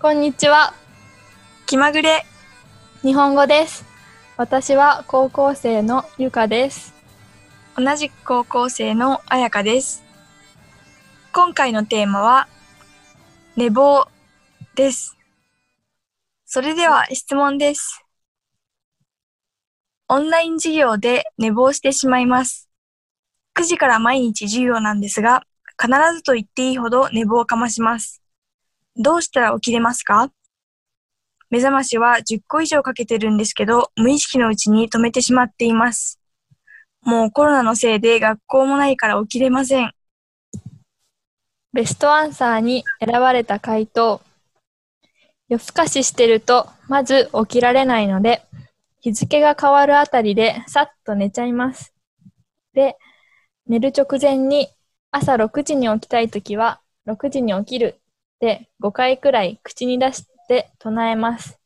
こんにちは。気まぐれ日本語です。私は高校生のゆかです。同じく高校生のあやかです今回のテーマは寝坊ですそれでは質問ですオンライン授業で寝坊してしまいます9時から毎日授業なんですが必ずと言っていいほど寝坊をかましますどうしたら起きれますか目覚ましは10個以上かけてるんですけど無意識のうちに止めてしまっていますもうコロナのせいで学校もないから起きれません。ベストアンサーに選ばれた回答。夜更かししてると、まず起きられないので、日付が変わるあたりでさっと寝ちゃいます。で、寝る直前に朝6時に起きたいときは、6時に起きるって5回くらい口に出して唱えます。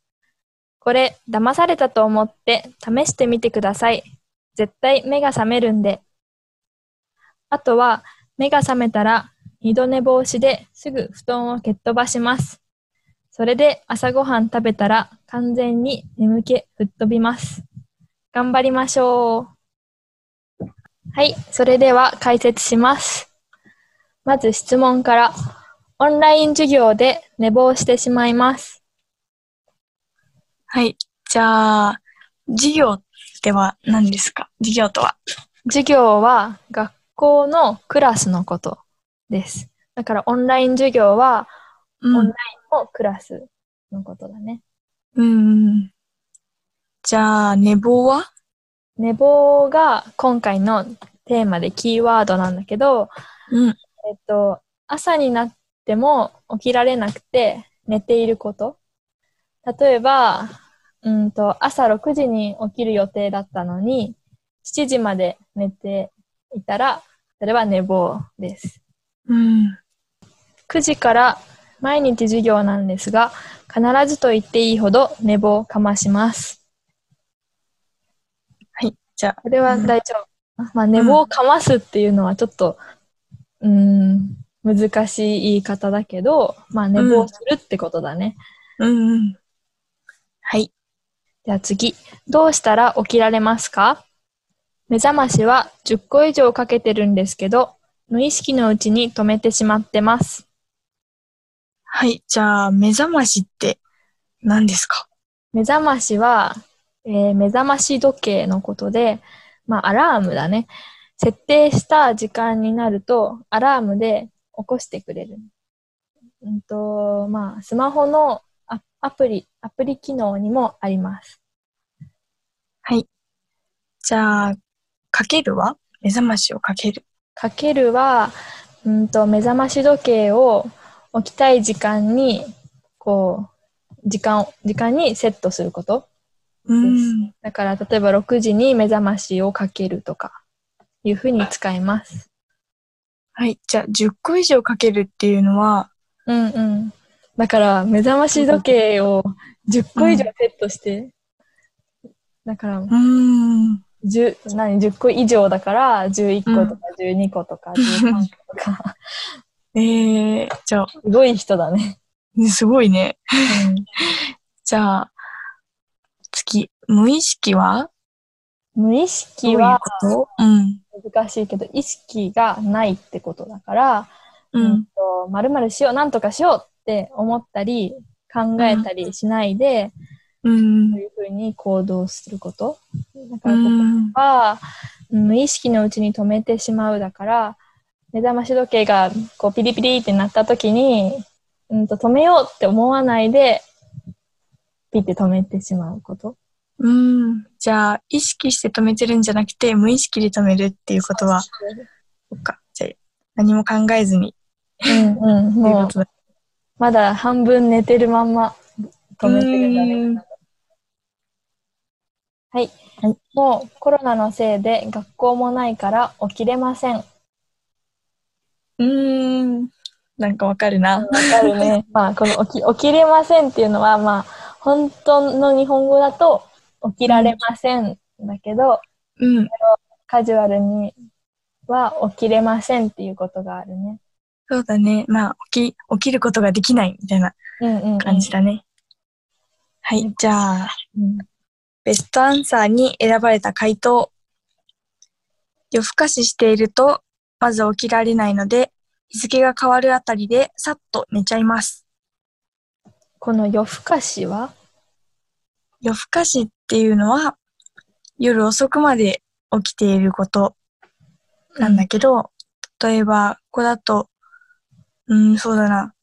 これ、騙されたと思って試してみてください。絶対目が覚めるんで。あとは、目が覚めたら二度寝防止ですぐ布団を蹴っ飛ばします。それで朝ごはん食べたら完全に眠気吹っ飛びます。頑張りましょう。はい、それでは解説します。まず質問から。オンライン授業で寝坊してしまいます。はい。じゃあ、授業っては何ですか授業とは。授業は学校のクラスのことです。だからオンライン授業はオンラインのクラスのことだね。うん。じゃあ、寝坊は寝坊が今回のテーマでキーワードなんだけど、うん。えっと、朝になっても起きられなくて寝ていること。例えば、うんと、朝6時に起きる予定だったのに、7時まで寝ていたら、それは寝坊です。うん。 9時から毎日授業なんですが、必ずと言っていいほど寝坊をかまします。はい。じゃあ、これは大丈夫。まあ、寝坊をかますっていうのはちょっと、うーん、難しい言い方だけど、まあ、寝坊するってことだね。うんうん。はい。じゃあ次。どうしたら起きられますか目覚ましは10個以上かけてるんですけど、無意識のうちに止めてしまってます。はい。じゃあ、目覚ましって何ですか目覚ましは、えー目覚まし時計のことで、まあ、アラームだね。設定した時間になると、アラームで起こしてくれる。うんと、まあ、スマホのアアプリ、アプリ機能にもあります。じゃあ、かけるは目覚ましをかける。かけるは、うんと、目覚まし時計を起きたい時間に、こう、時間を、時間にセットすること。うん。だから、例えば6時に目覚ましをかけるとか、いうふうに使います。はい。じゃあ、10個以上かけるっていうのは、うんうん。だから、目覚まし時計を10個以上セットして、だから、うん。 10、何、10個以上だから、11個とか12個とか13個とか、ええじゃあ、すごい人だね。ねすごいね。うんじゃあ、次、無意識は無意どうい識うはことうん。難しいけど、意識がないってことだから、ううんん。と、まるしよう、なんとかしようって思ったり、考えたりしないで、うんそう。いうふうに行動すること。だかうら、ん。はうん無意識のうちに止めてしまうだから目覚まし時計がこうピリピリってなった時に、うん、と止めようって思わないでピッて止めてしまうことうん。じゃあ、意識して止めてるんじゃなくて、無意識で止めるっていうことは、そっか。じゃあ、何も考えずにうんうんっていうもうことだ。まだ半分寝てるまんま止めてるんだうんねはい、もうコロナのせいで学校もないから起きれませんわうん。なんかわかるな。かるね まあこの起き起きれませんっていうのはまあ本当の日本語だと起きられませんだけど、うん。カジュアルには起きれませんっていうことがあるね。そうだね。まあ、起き、起きることができないみたいなうんうんうん感じだね。はい、じゃあ、うんベストアンサーに選ばれた回答。夜更かししていると、まず起きられないので、日付が変わるあたりで、さっと寝ちゃいます。この夜更かしは夜更かしっていうのは、夜遅くまで起きていることなんだけど、例えば、ここだと、うん、そうだな。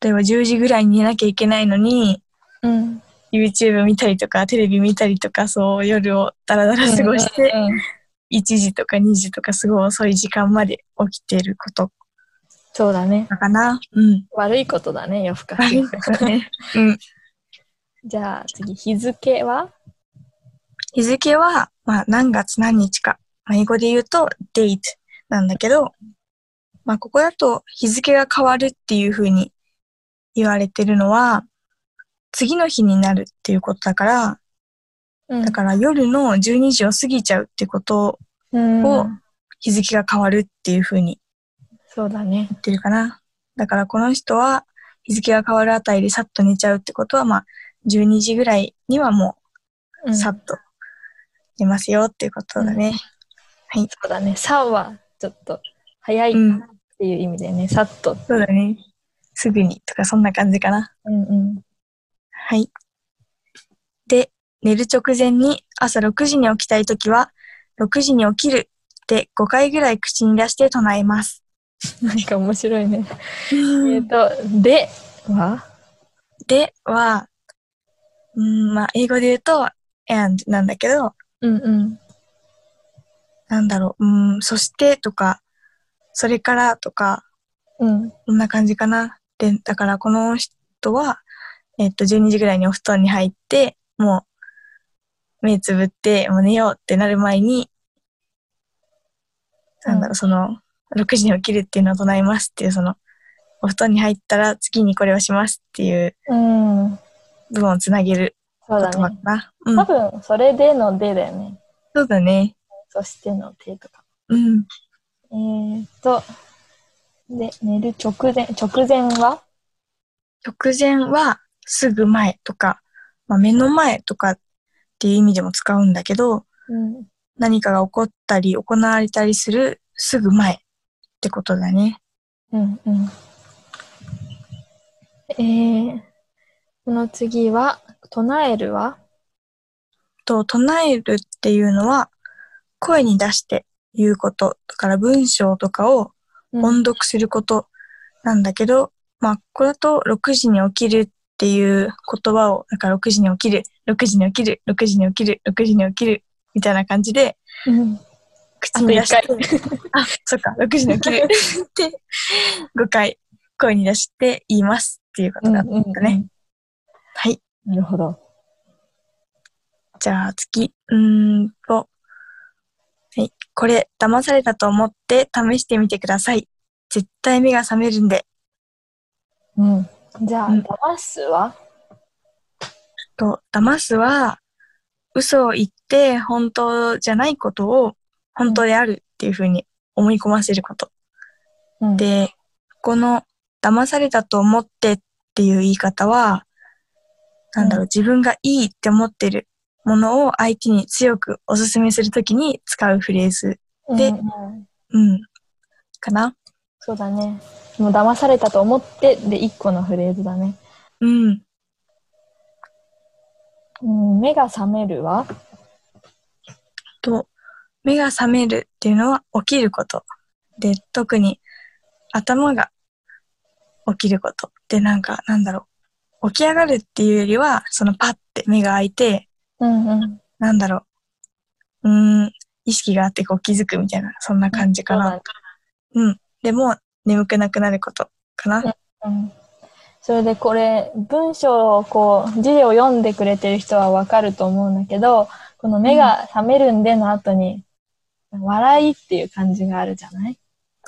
例えば10時ぐらいに寝なきゃいけないのに、うん。 YouTube 見たりとか、テレビ見たりとか、そう、夜をダラダラ過ごして、うん1時とか2時とかすごい遅い時間まで起きてることそうだね。かな。うん。悪いことだね、夜更か悪しい。ことね。うん。じゃあ次、日付は 日付は、まあ何月何日か。まあ英語で言うと date なんだけど、まあここだと日付が変わるっていうふうに言われてるのは、次の日になるっていうことだから、だだから夜の12時を過ぎちゃうってこと、ら、をうん日付が変わるっていうふうにそうだね。ってるかな。だからこの人は日付が変わるあたりでさっと寝ちゃうってことは、まあ、12時ぐらいにはもううんさっと寝ますよっていうことだね。そうだね。さは、ちょっと、早いっうん、ていう意味でね、さっと。そうだね。すぐにとかそんな感じかな。うんうん。はい。で、寝る直前に朝6時に起きたいときは、6時に起きるって5回ぐらい口に出して唱えます。なんか面白いね。えっと、ではでは、うん、まあ、英語で言うと、and なんだけど、うんうん。なんだろう、うん、そしてとか、それからとか、うん。こんな感じかな。で、だからこの人は、えっと、12時ぐらいにお布団に入って、もう、目つぶって、もう寝ようってなる前に、なんだろう、その、6時に起きるっていうのを唱えますっていう、その、お布団に入ったら次にこれをしますっていううん。部分をつなげるそう言だ葉かね。な。多うん。分、それでのでだよね。そうだね。そしての手とか。うん。えー、っと、で、寝る直前、直前は直前はすぐ前とか、まあ、目の前とかっていう意味でも使うんだけど、うん。何かが起こったり行われたりするすぐ前ってことだね。うんうん。えー、この次は、唱えるはと、唱えるっていうのは声に出して言うこと、だから文章とかを音読することなんだけど、まあ、ここだと6時に起きるっていう言葉を、なんか6時に起きる、6時に起きる、6時に起きる、6時に起きる、みたいな感じで、うん。口に出してあと、あそっか、6時に起きるって、5回声に出して言いますっていうことだったね。はい。 なるほど。じゃあ次、うーんと、はい。これ、騙されたと思って試してみてください。絶対目が覚めるんで。うん。じゃあ、うん騙すはと、騙すは、嘘を言って本当じゃないことを本当であるっていうふうに思い込ませること。うん、で、この騙されたと思ってっていう言い方は、なんだろう、自分がいいって思ってるものを相手に強くお勧めするときに使うフレーズ、うんでうんうん、かな。そうだね。もう騙されたと思って、で、一個のフレーズだね。うん。うん、目が覚めるはと、目が覚めるっていうのは起きること。で、特に頭が起きること。で、なんか、なんだろう。起き上がるっていうよりは、そのパッて目が開いて、うんうん。なんだろう。うーん、意識があってこう気づくみたいな、そんな感じかな。でも、眠くなくなることかな。うんそれでこれ文章をこう字を読んでくれてる人はわかると思うんだけどこの「目が覚めるんで」の後に「笑い」っていう漢字があるじゃない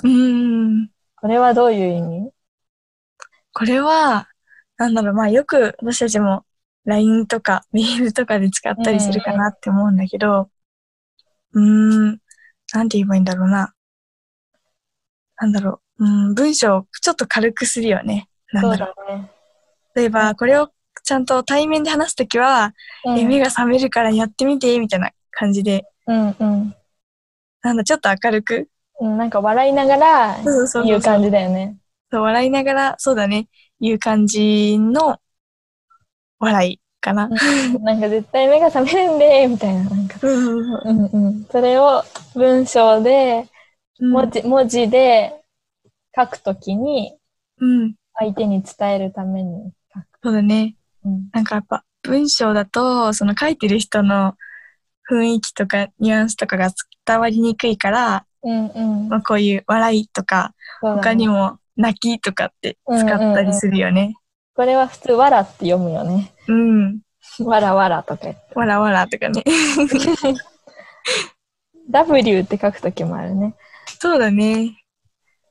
うーん。これはどういう意味これは、なんだろう、まあよく私たちも LINE とかメールとかで使ったりするかなって思うんだけど、うーん、なんて言えばいいんだろうな。なんだろう、うん、文章をちょっと軽くするよね。なんそだうろう。だね。例えば、これをちゃんと対面で話すときは、え目が覚めるからやってみて、みたいな感じで、うんうんなんだ、ちょっと明るく。うん。なんか笑いながらそうそうそうそう言う感じだよね。そう笑いながら、そうだね、言う感じの笑いかな。なんか絶対目が覚めるんで、みたいな。なんか、うんうんうん。それを文章で、文字、文字で書くときにうん、相手に伝えるために書く。そうだね。うん。なんかやっぱ文章だと、その書いてる人の雰囲気とかニュアンスとかが伝わりにくいから、うんうんま。あ、こういう笑いとか、そうだね他にも泣きとかって使ったりするよね。これは普通、わらって読むよね。 うん。わらわらとか言って。わらわらとかね。 W って書くときもあるね。そうだね。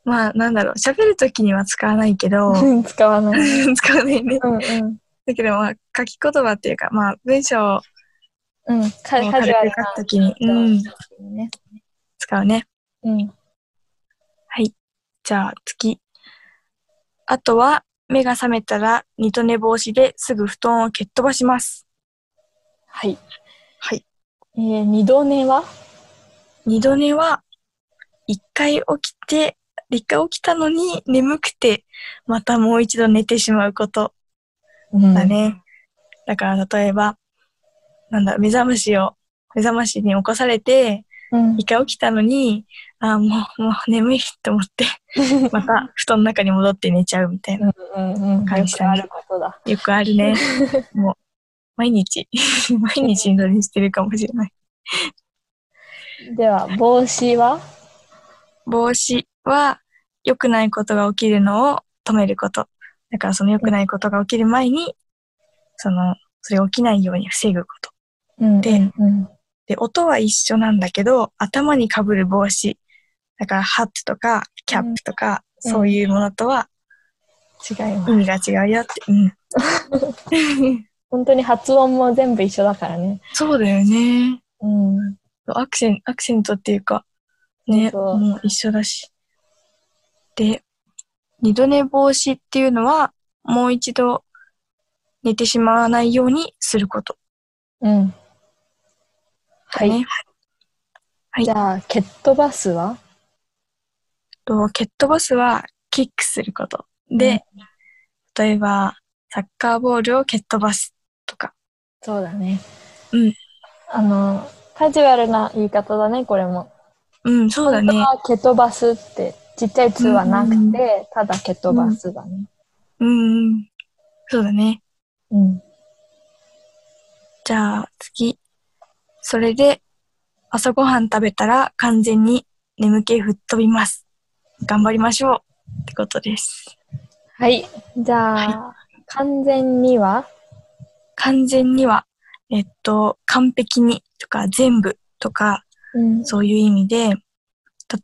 まあなんだろう、喋るときには使わないけど、 使わないね。 使わないね。うんうん。だけどまあ書き言葉っていうか、まあ文章をうん。カカジュア軽くル書なくときに、人うん、ね。使うね。うん。じゃあ次。あとは、目が覚めたら、二度寝防止ですぐ布団を蹴っ飛ばします。はい。はい。えー、二度寝は二度寝は、一回起きて、一回起きたのに眠くて、またもう一度寝てしまうことうんだね。だから例えば、なんだ、目覚ましを、目覚ましに起こされて、うん一。回起きたのに、ああ、もう、もう眠いと思 って、また布団の中に戻って寝ちゃうみたいな。うんうんうん。よ感じくたあねることだ。よくあ るね。もう、毎日、 毎日二度寝してるかもしれない。では、帽子は防止は、良くないことが起きるのを止めること。だからその良くないことが起きる前に、その、それが起きないように防ぐこと。うんでうん。で、音は一緒なんだけど、頭にかぶる帽子。だから、ハットとか、キャップとか、うんそういうものとは、違います。意味が違うよって。うん。本当に発音も全部一緒だからね。そうだよね。うん。アクセンアクセントっていうか、ね、そうそうもう一緒だし。で、二度寝防止っていうのは、もう一度寝てしまわないようにすることうん。だはい。ね。はいじゃあ、蹴っ飛ばすはと蹴っ飛ばすは、キックすること。で、例えば、サッカーボールを蹴っ飛ばすとか。そうだね。うん。あの、カジュアルな言い方だね、これも。うん、そうだ本当ね。は蹴飛ばすって、ちっちゃい「つ」はなくて、うんただ蹴飛ばすだね。うんうん、そうだね。うん。じゃあ次。それで、朝ごはん食べたら完全に眠気吹っ飛びます。頑張りましょうってことです。はい。じゃあ、完全には完全には、えっと、完璧にとか全部とか、うんそういう意味で、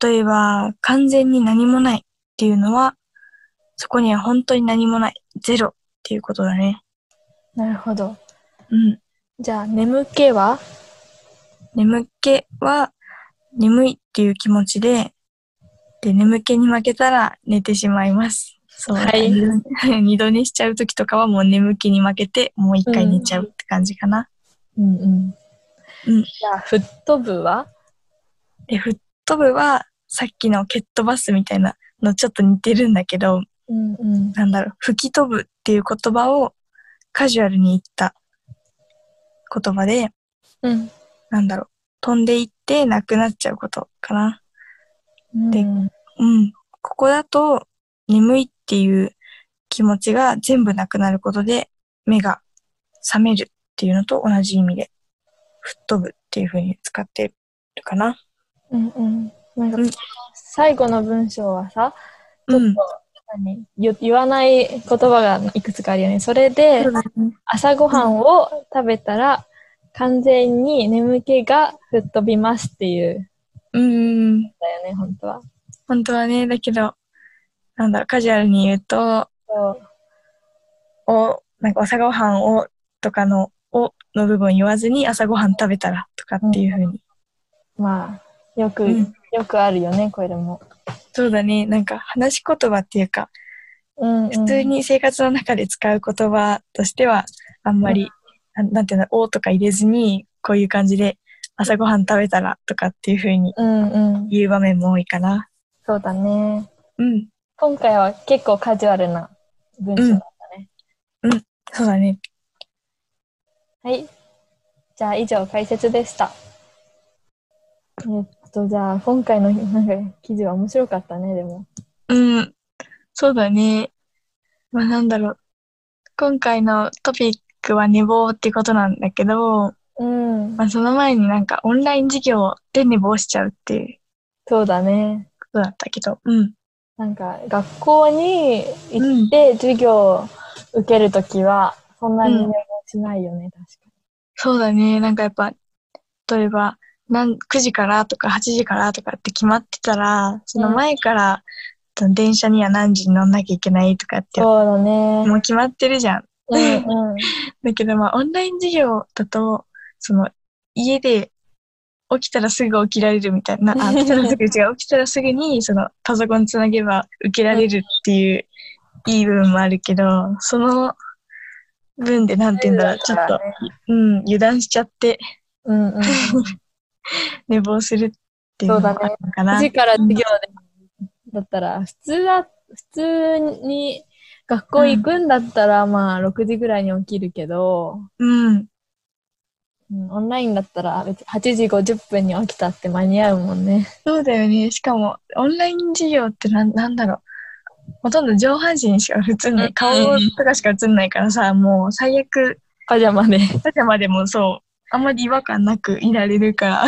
例えば、完全に何もないっていうのは、そこには本当に何もない、ゼロっていうことだね。なるほど。うん。じゃあ、眠気は眠気は眠いっていう気持ちで、で、眠気に負けたら寝てしまいます。そう。はい二度寝 二度寝しちゃう時とかはもう眠気に負けて、もう一回寝ちゃうって感じかな。うんうん。うんじゃあ、吹っ飛ぶはで、吹っ飛ぶはさっきの蹴っ飛ばすみたいなのちょっと似てるんだけど、うんうん。なんだろう、吹き飛ぶっていう言葉をカジュアルに言った言葉で、うん。なんだろう、飛んでいってなくなっちゃうことかな。でうんうん。ここだと、眠いっていう気持ちが全部なくなることで、目が覚めるっていうのと同じ意味で、吹っ飛ぶっていう風に使ってるかな。うんうん。なんかうん最後の文章はさ、ちょっうん。と何言言わない言葉がいくつかあるよね。それで、朝ごはんを食べたら、完全に眠気が吹っ飛びますっていう、うん。だよね、本当は。本当はね、だけど、なんだろう、カジュアルに言うと、そうお、なんか朝ごはんをとかの、おの部分言わずに朝ごはん食べたらとかっていう風に。まあ、よく、うんよくあるよね、これも。そうだね。なんか話し言葉っていうか、うんうん普通に生活の中で使う言葉としては、あんまり、なんなんていうの、おとか入れずに、こういう感じで朝ごはん食べたらとかっていう風にうんうん。言う場面も多いかな。そうだね。うん。今回は結構カジュアルな文章だったね。そうだね。はい。じゃあ以上解説でした。えっと、じゃあ今回のなんか記事は面白かったね、でも。うん。そうだね。まあなんだろう。今回のトピックは寝坊ってことなんだけど、うんま。あその前になんかオンライン授業で寝坊しちゃうっていうそうだね。ことだったけど。うん。なんか学校にう行っん。て授業を受けるときは、そんなに寝坊しないよね、確かそうだね。なんかやっぱ、例えば、なん9時からとか8時からとかって決まってたら、その前から、その電車には何時に乗んなきゃいけないとかって、に。そうだね。もう決まってるじゃん。うんうん。だけどまあ、オンライン授業だと、その、家で起きたらすぐ起きられるみたいな、あ、起きたらすぐ、違う、起きたらすぐに、その、パソコンつなげば受けられるっていう、いい部分もあるけど、その分で、なんて言うんだろう、ちょっと、うん、油断しちゃって、うんうん。寝坊するっていうのもあるのか9な。時から授業で、だったら、普通は、普通に学校行くんだったら、まあ、6時ぐらいに起きるけど、うん。うんオンラインだったら、別に8時50分に起きたって間に合うもん ね。そうだよね。しかも、オンライン授業ってなん、なんだろう。ほとんど上半身しか映んなうんい。顔とかしか映んないからさ、もう最悪、パジャマで。パジャマでもそう、あんまり違和感なくいられるから。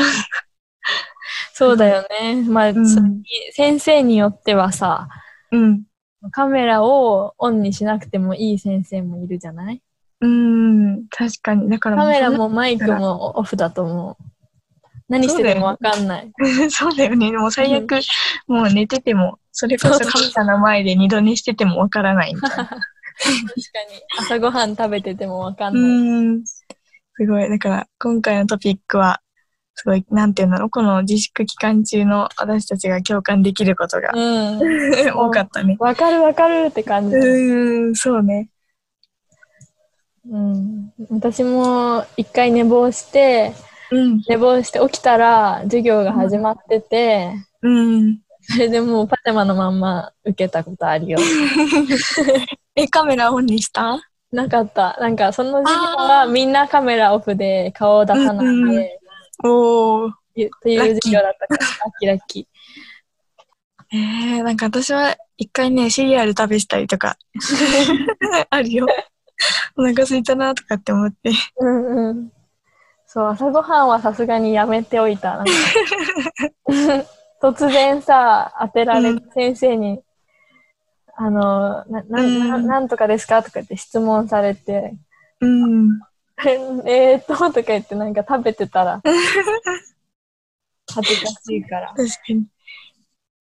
そうだよね。まあ、うんそれに先生によってはさ、うん。カメラをオンにしなくてもいい先生もいるじゃないうん、確かに。だからカメラももマイクもオフだと思う。何しててもわかんない。う。 そうだよね。もう最悪、もう寝てても、それこそそうそう神様の前で二度寝しててもわからないみたいな。確かに。朝ごはん食べててもわかんない。うん。すごい。だから、今回のトピックは、すごい、なんていうの、この自粛期間中の私たちが共感できる ことがうん。多かったね。わかるわかるって感じ。うーん、そうね。うん。私も一回寝坊して、うん。寝坊して起きたら授業が始まってて、うん。それでもうパジャマのまんま受けたことあるよ。え、カメラオンにしたなかった。なんかその授業あはーみんなカメラオフで顔を出さないで、うんうんうんおー。ゆという授業だったから、ラッキーラッキー。えー、なんか私は一回ね、シリアル食べしたりと か、あるよ。お腹空いたなとかって思って。うんうん。そう、朝ごはんはさすがにやめておいた。なんか突然さ、当てられうんて先生に、あの、な、なうんな、なんとかですかとかって質問されて、うん。えーっと、とか言ってなんか食べてたら、恥ずかしいから。確かに。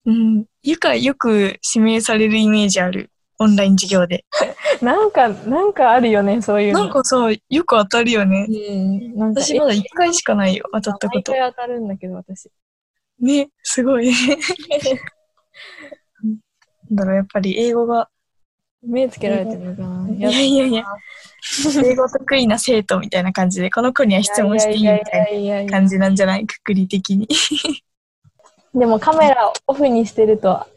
うん。ゆかよく指名されるイメージある。オンライン授業で。なんか、なんかあるよね、そういうの。なんかさ、よく当たるよねう。ん、なんか、私まだ一回しかないよ、当たったこ毎と。回当たるんだけど、私。ね、すご い。なんだろう、やっぱり英語が、目つけられてるのかな。いやいやいや、英語得意な生徒みたいな感じで、この子には質問していいみたいな。いやいやいやいやいや感じなんじゃない くくり的に。でもカメラをオフにしてると、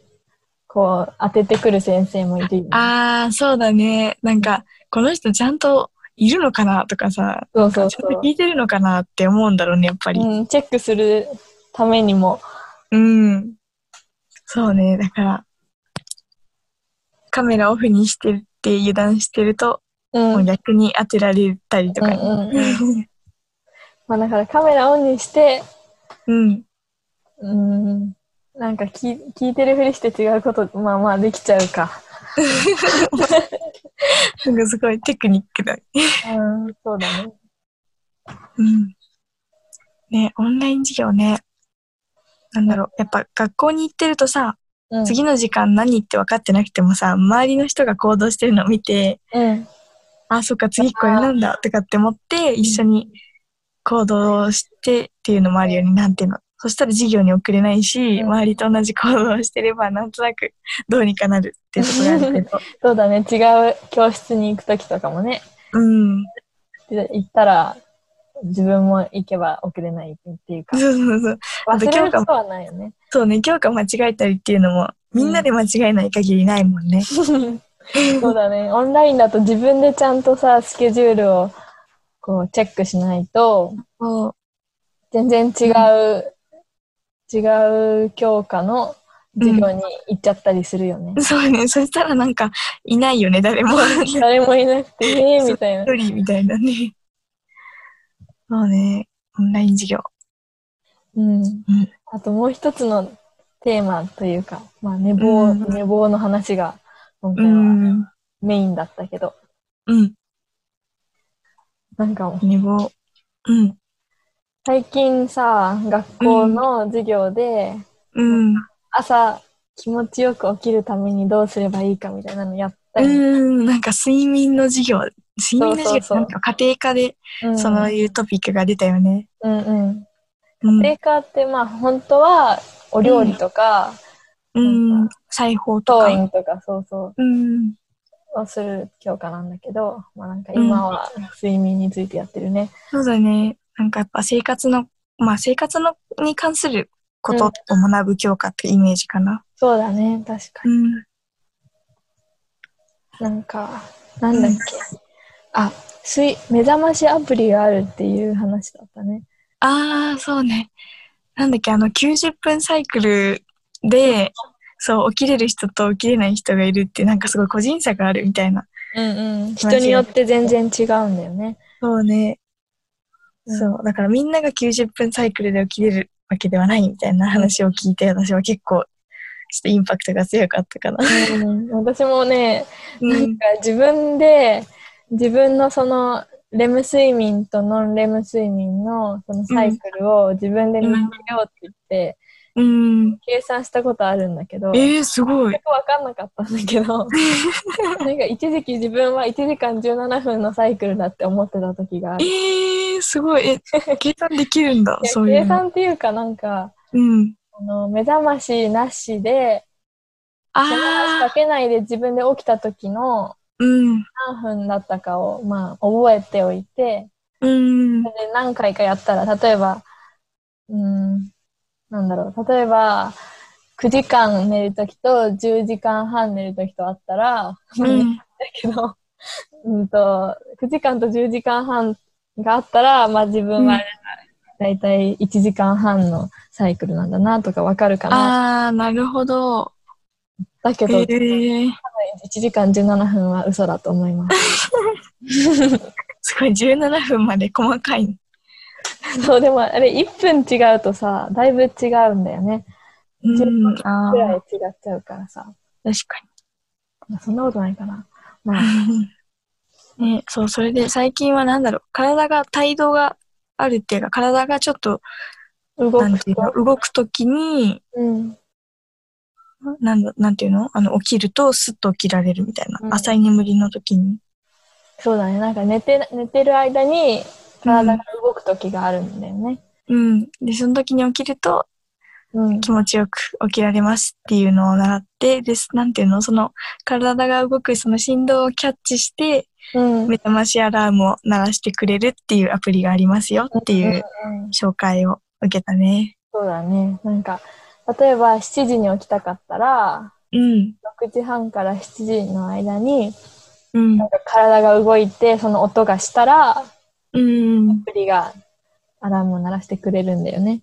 こう、当ててくる先生もいるよね。ああ、そうだね。なんか、この人ちゃんといるのかなとかさ、そうそうちそゃんとう聞。いてるのかなって思うんだろうね、やっぱり。うん、チェックするためにも。うん。そうね、だから、カメラオフにしてるって油断してると、うん。もううん逆に当てられたりとうか。んうん、まあだからカメラオンにして、うん。うん、なんかき聞いてるふりして違うこと、まあまあできちゃうか。なんかすごいテクニックだね。うん、そうだね。うん。ね、オンライン授業ね。なんだろう、やっぱ学校に行ってるとさ、うん、次の時間何って分かってなくてもさ、周りの人が行動してるのを見て、うん。あ、そっか、次これなんだとかって思って、一緒に行動してっていうのもあるよね。なんていうの。そしたら授業に遅れないし、うん周りと同じ行動をしてれば、なんとなく どうにかなるっていうところがあるけど。そうだね、違う教室に行くときとかもね、うん。で行ったら自分も行けば遅れないっていうか、そうそうそう。忘れることはないよね。そうね、教科間違えたりっていうのも、みんなで間違えない限りないもんね。そうだね、オンラインだと自分でちゃんとさ、スケジュールをこうチェックしないと、そう。全然違う、違う教科の授業に行っちゃったりするよね。そうね、そしたらなんか、いないよね、誰も。一誰もいなくて、えーみたいな。人みたいなね。そうね、オンライン授業。うん。あともう一つのテーマというか、まあ寝う坊、ん寝坊の話が今う回はん。メインだったけど、うん。なんかもう寝坊。うん。最近さ、学校の授業でうん。朝気持ちよく起きるためにどうすればいいかみたいなのやったうよね。ん。なんか睡眠の授業、睡眠の授業ってなんか家庭科でうんそのいうトピックが出たよね。うんうん。うん。メーカーってまあ本当はお料理とか、うん。裁縫教とか。員とかそうそうん。うをする教科なんだけど、まあなんか今は睡眠についてやってるね。そうだね。なんかやっぱ生活の、まあ生活のに関することを学ぶ教科ってイメージかな。そうだね、確かに。ん。なんか、なんだっけ。あ、睡目覚ましアプリがあるっていう話だったね。ああ、そうね。なんだっけ、あの90分サイクルで、そう、起きれる人と起きれない人がいるって、なんかすごい個人差があるみたいな。うんうん。人によって全然違うんだよね。そうね。うんそう。だからみんなが90分サイクルで起きれるわけではないみたいな話を聞いて、私は結構、ちょっとインパクトが強かったかな。うん、私もね、うなん。か自分で、自分のその、レム睡眠とノンレム睡眠のそのサイクルを自分で見つけようって言って、うん。計算したことあるんだけど、ええー、すごい。全く分かんなかったんだけ どなんか一時期自分は1時間17分のサイクルだって思ってた時があるいええー、すごい。え、計算できるんだ、やそういう計の。算っていうかなんかうん。あの目覚ましなしで目覚ましあかあ、けないで自分で起きた時のうん。何分だったかを、まあ、覚えておいてうんそ。れで何回かやったら例えばうんなんだろう例えば9時間寝る時と10時間半寝る時とあったら、うん。だけど、 うんと、9時間と10時間半があったら、まあ自分うんはだいたい1時間半のサイクルなんだなとかわかるかな。ああ、なるほど。だけえど、えー、 1時間17分は嘘だと思います。すごい、17分まで細かい。 そう、でもあれ1分違うとさ、だいぶ違うんだよね。うん。ああく、らい違っちゃうからさ。確かまあそんなことないかな。まあ、に。 ね、そう、それで最近はなんだろう、体が、態度があるっていうか、体がちょっと、動なんくていうとの、。動くときに、うん。なんだ、なんていうのあの、起きると、スッと起きられるみたいな。うん浅い眠りの時に。そうだね。なんか寝て、寝てる間に体が動く時があるんだよね。うん。で、その時に起きると、うん。気持ちよく起きられますっていうのを習って、です。なんていうのその、体が動くその振動をキャッチして、うん。目覚ましアラームを鳴らしてくれるっていうアプリがありますよっていうん紹介を受けたね。そうだね。なんか、例えば7時に起きたかったら、うん。 6時半から7時の間に、うんなん。か体が動いて、その音がしたら、アうん。プリがアラームを鳴らしてくれるんだよね。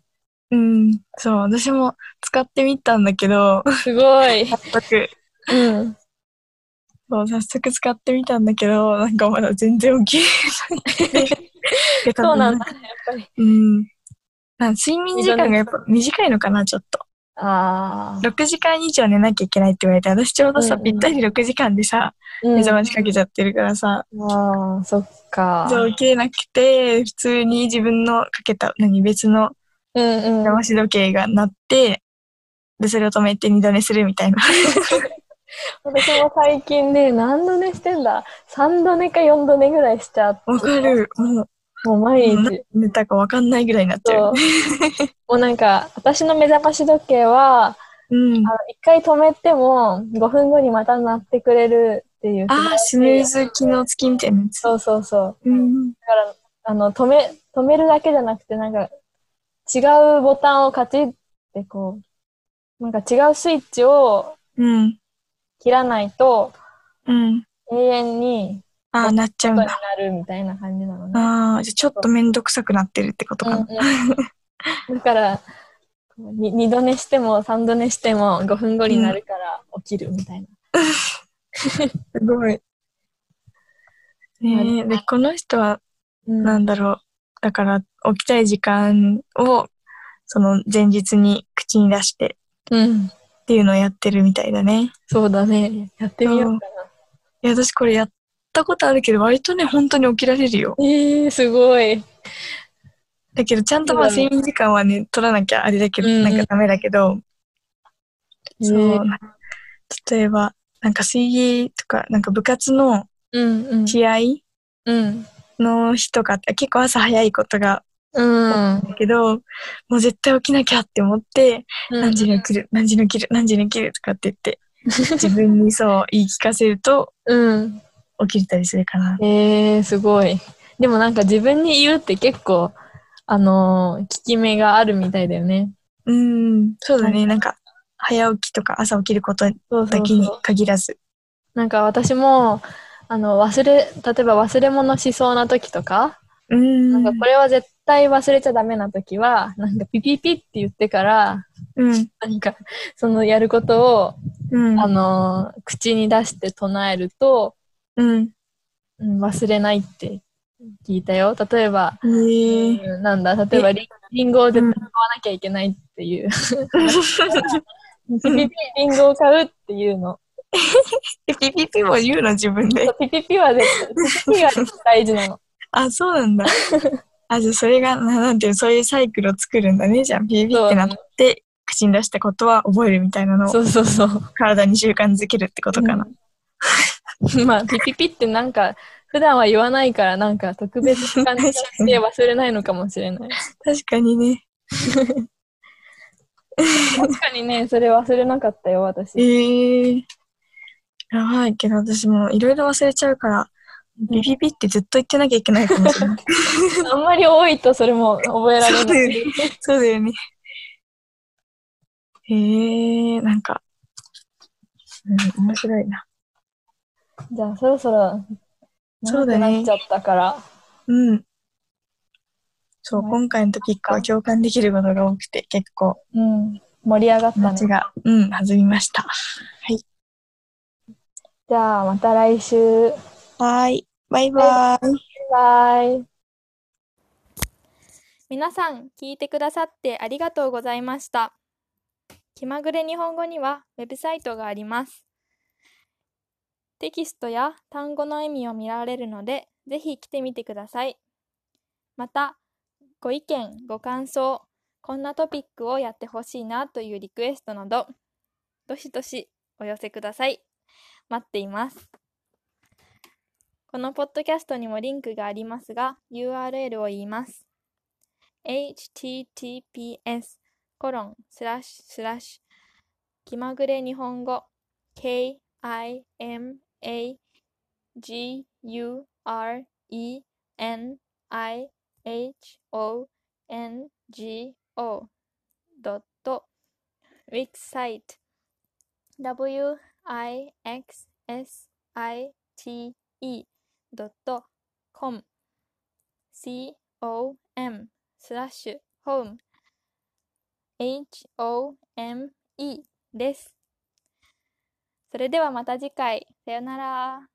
うん。そう、私も使ってみたんだけど、すごい。早速、うん。そう、早速使ってみたんだけど、なんかまだ全然起きれない。そうなんだ、やっぱり。うん。なんか睡眠時間がやっぱ短いのかな、ちょっと。ああ。 6時間以上寝なきゃいけないって言われて、私ちょうどさ、うんうんぴったり6時間でさ、うん目覚ましかけちゃってるからさ、ああ、そっか。そう、起きれなくて、普通に自分のかけた、何、別のうんう目ん覚。まし時計が鳴って、で、それを止めて二度寝するみたいな。 私も最近ね、何度寝してんだ ?3 度寝か4度寝ぐらいしちゃって。わかる。もう、もう毎もう日何。寝たかわかんないぐらいになっちゃそうう。もうなんか、私の目覚まし時計は、うんあ。の一回止めても5分後にまた鳴ってくれるっていう。ああ、スヌーズ機能付きみたいなやつ。そうそうそう。うん。だから、あの、止め、止めるだけじゃなくて、なんか、違うボタンをカチッってこう、なんか違うスイッチをうん。切らないと、うん。永遠に、ああ、なっちゃうんことにだ。なるみたいな感じなのね。ああ、じゃあちょっとめんどくさくなってるってことうんかな。うんだから、こうに二度寝しても三度寝しても5分後になるから起きるみたいな。すごい。ねえ、で、この人は、うんなんだろう。だから、起きたい時間を、その前日に口に出してうん。っていうのをやってるみたいだね。そうだね。やってみようかいや、私これやったことあるけど、割とね、本当に起きられるよ。な。えー、すごい。だけど、ちゃんとまあ、そうだね睡眠時間はね、取らなきゃあれだけど、うんうんなんかダメだけど、そえうー。例えば、なんか水泳とか、なんか部活のうんうん。試合うん。の日とかって、結構朝早いことがうん。だけど、もう絶対起きなきゃって思って、何時に起きる、何時に起きる、何時に起きるとかって言 って、自分にそう言い聞かせるとうん。起きれたりするかな。えー、すごい。でもなんか自分に言うって結構、あのー効き目があるみたいだよね。うん、そうだね。なんか、早起きとか朝起きることそうそだうけそうに限らず。なんか私も、あの、忘れ、例えば忘れ物しそうな時とか、うん。なんかこれは絶対忘れちゃダメな時は、なんかピピピって言ってから、うん。なんか、そのやることを、うん。あのー口に出して唱えると、うん。うん、忘れないって聞いたよ。例えば、ええ。うんなんだ、例えばリンリンゴを絶対買わなきゃいけないっていう。ピピピリンゴを買うっていうの。 ピピピも言うの自 分で。ピピピは絶対、ピピピが大事なの。 あ、そうな んだ。あ、じゃあそれが、ななんていうの、そういうサイクルを作るんだね。じゃあ、ピピピってなって、口に出したことは覚えるみたいなのをそうそうそう。体に習慣づけるってことかな。 まあ、ピピピってなんか、普段は言わないから、なんか特別な感じがして忘れないのかもしれない。確かにね。確かにね、それ忘れなかったよ、え私。ー。やばいけど、私もいろいろ忘れちゃうから、ビビビってずっと言ってなきゃいけないかも しれない。あんまり多いとそれも覚えらそれうだない。よね。そうだよね。えー、なんか、うん、面白いな。じゃあ、そろそろ、そうだね長くなっちゃったから。うん。そう、はい今回のトピックは共感できることが多くて、結構うん、盛り上がったね話。が、うん、弾みました。じゃあ、また来週。はい。バイバイ。バイ。皆さん、聞いてくださってありがとうございました。気まぐれ日本語にはウェブサイトがあります。テキストや単語の意味を見られるので、ぜひ来てみてください。また、ご意見、ご感想、こんなトピックをやってほしいなというリクエストなど、どしどしお寄せください。待っています。このポッドキャストにもリンクがありますが、URL を言います。https コロンスラッシュスラッシュ気まぐれ日本語 k-i-m-a-g-u-r-e-n-i-h-o-n-g-o.wixsite wixsite e.com com スラッシュホーム home です。それではまた次回。さよなら。